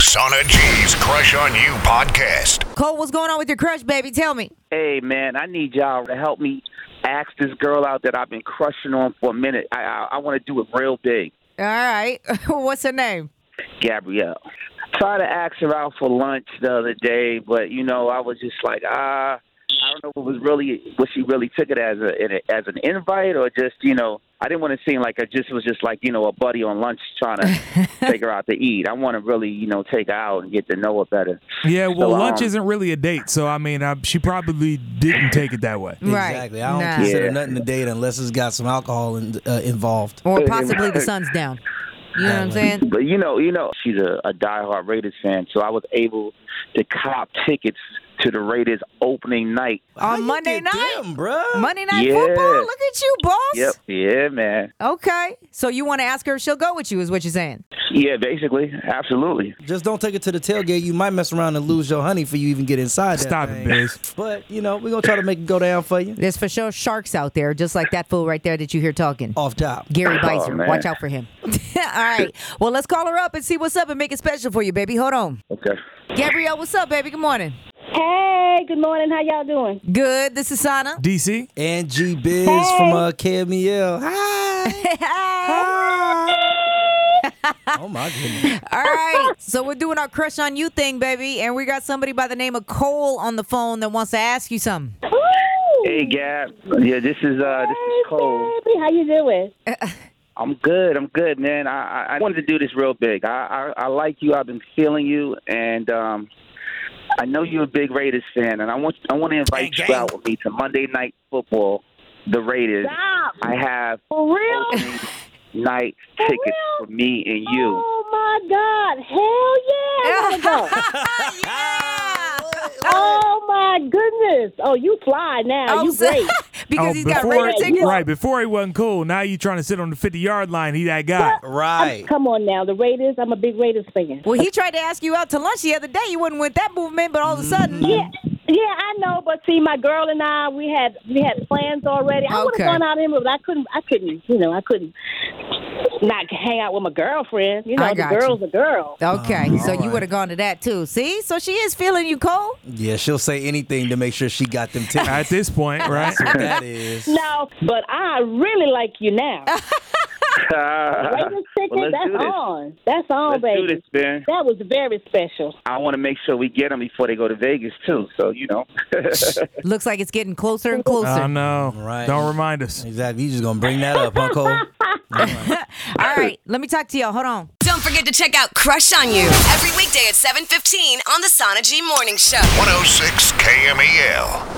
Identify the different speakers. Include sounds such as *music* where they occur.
Speaker 1: Sana G's Crush on You podcast.
Speaker 2: Cole, what's going on with your crush, baby? Tell me.
Speaker 3: Hey man, I need y'all to help me ask this girl out that I've been crushing on for a minute. I I, I want to do it real big,
Speaker 2: All right. *laughs* what's her name?
Speaker 3: Gabrielle. Tried to ask her out for lunch the other day, but you know I was just like, ah, I don't know what was really what she really took it as a in a- as an invite or just you know I didn't want to seem like I just was just like you know a buddy on lunch trying to take her out to eat. I want to really you know take her out and get to know her better.
Speaker 4: Yeah, well,
Speaker 3: So, um,
Speaker 4: lunch isn't really a date, so I mean, I, she probably didn't take it that way.
Speaker 2: Right.
Speaker 5: Exactly. I don't
Speaker 2: Nah.
Speaker 5: consider
Speaker 3: Yeah.
Speaker 5: nothing a date unless it's got some alcohol in, uh, involved.
Speaker 2: Or possibly the sun's down. You know what I'm saying?
Speaker 3: But you know, you know, she's a, a diehard Raiders fan, so I was able to cop tickets to the Raiders opening night.
Speaker 5: How
Speaker 2: On
Speaker 5: you
Speaker 2: Monday
Speaker 5: get
Speaker 2: night?
Speaker 5: them, bruh?
Speaker 2: Monday night
Speaker 3: Yeah.
Speaker 2: football. Look at you, boss.
Speaker 3: Yep. Yeah, man.
Speaker 2: Okay. So you want to ask her if she'll go with you, is what you're saying.
Speaker 3: Yeah, basically, absolutely.
Speaker 5: Just don't take it to the tailgate. You might mess around and lose your honey for you even get inside. that
Speaker 4: Stop it,
Speaker 5: thing.
Speaker 4: Biz.
Speaker 5: But you know we're gonna try to make it go down for you
Speaker 2: There's for sure sharks out there, just like that fool right there that you hear talking.
Speaker 5: off top.
Speaker 2: Gary
Speaker 3: Oh,
Speaker 2: Biser.
Speaker 3: man.
Speaker 2: Watch out for him. *laughs* All right. Well, let's call her up and see what's up and make it special for you, baby. Hold on.
Speaker 3: Okay.
Speaker 2: Gabrielle, what's up, baby? Good morning.
Speaker 6: Hey, good morning. How y'all doing?
Speaker 2: Good. This is Sana. *laughs*
Speaker 4: DC,
Speaker 5: And G Biz from uh, KMEL.
Speaker 2: *laughs*
Speaker 5: Hi. oh my goodness.
Speaker 2: All right. So we're doing our crush on you thing, baby, and we got somebody by the name of Cole on the phone that wants to ask you
Speaker 6: *laughs*
Speaker 2: something.
Speaker 3: Hey, Gab. Yeah, this is uh, this is Cole.
Speaker 6: Baby, how you doing?
Speaker 3: I'm good. I'm good, man. I I, I wanted to do this real big. I, I I like you. I've been feeling you, and um, I know you're a big Raiders fan, and I want I want to invite you out with me to Monday Night Football, the Raiders.
Speaker 6: Stop.
Speaker 3: I have
Speaker 6: For real?
Speaker 3: opening *laughs* night tickets for me and you.
Speaker 6: Oh my God! Hell yeah! I
Speaker 2: *laughs*
Speaker 6: gotta go.
Speaker 2: yeah.
Speaker 6: oh my goodness! Oh, you fly now.
Speaker 2: Oh,
Speaker 6: you
Speaker 2: so-
Speaker 6: great.
Speaker 2: *laughs* because
Speaker 4: oh,
Speaker 2: he's got
Speaker 4: before
Speaker 2: Raider tickets.
Speaker 4: right before he wasn't cool. Now you trying to sit on the fifty yard line. He that guy.
Speaker 2: *laughs*
Speaker 5: Right.
Speaker 6: Come on now, the Raiders. I'm a big Raiders fan.
Speaker 2: Well, he tried to ask you out to lunch the other day. You wouldn't with that movement, but all of a sudden,
Speaker 6: Yeah, yeah, I know. But see, my girl and I, we had we had plans already. I would
Speaker 2: Okay.
Speaker 6: have gone out anyway, but I couldn't. I couldn't. You know, I couldn't not hang out with my girlfriend. You know,
Speaker 2: I
Speaker 6: the
Speaker 2: got you.
Speaker 6: girl's a girl.
Speaker 2: Okay,
Speaker 4: Ah,
Speaker 2: so you
Speaker 5: right.
Speaker 2: would have gone to that too. See, so she is feeling you, Cole.
Speaker 5: Yeah, she'll say anything to make sure she got them tickets.
Speaker 4: At this point, right?
Speaker 5: That's what
Speaker 2: *laughs*
Speaker 5: that is.
Speaker 6: No, but I really like you now.
Speaker 3: *laughs*
Speaker 6: Raiders ticket,
Speaker 3: well, let's
Speaker 6: Oh, that's
Speaker 3: do this.
Speaker 6: on. That's on,
Speaker 3: Let's
Speaker 6: baby.
Speaker 3: do this, man.
Speaker 6: That was very special.
Speaker 3: I want to make sure we get them before they go to Vegas too. So you
Speaker 6: *laughs*
Speaker 3: know,
Speaker 2: Looks like it's getting closer and closer.
Speaker 4: Oh no!
Speaker 5: Right.
Speaker 4: Don't remind us.
Speaker 5: Exactly. You just gonna bring that up, huh, Cole?
Speaker 2: All right, let me talk to y'all. Hold on.
Speaker 7: Don't forget to check out Crush on You
Speaker 1: oh
Speaker 7: every weekday at 7:15 on the Sana G Morning Show.
Speaker 1: 106 KMEL.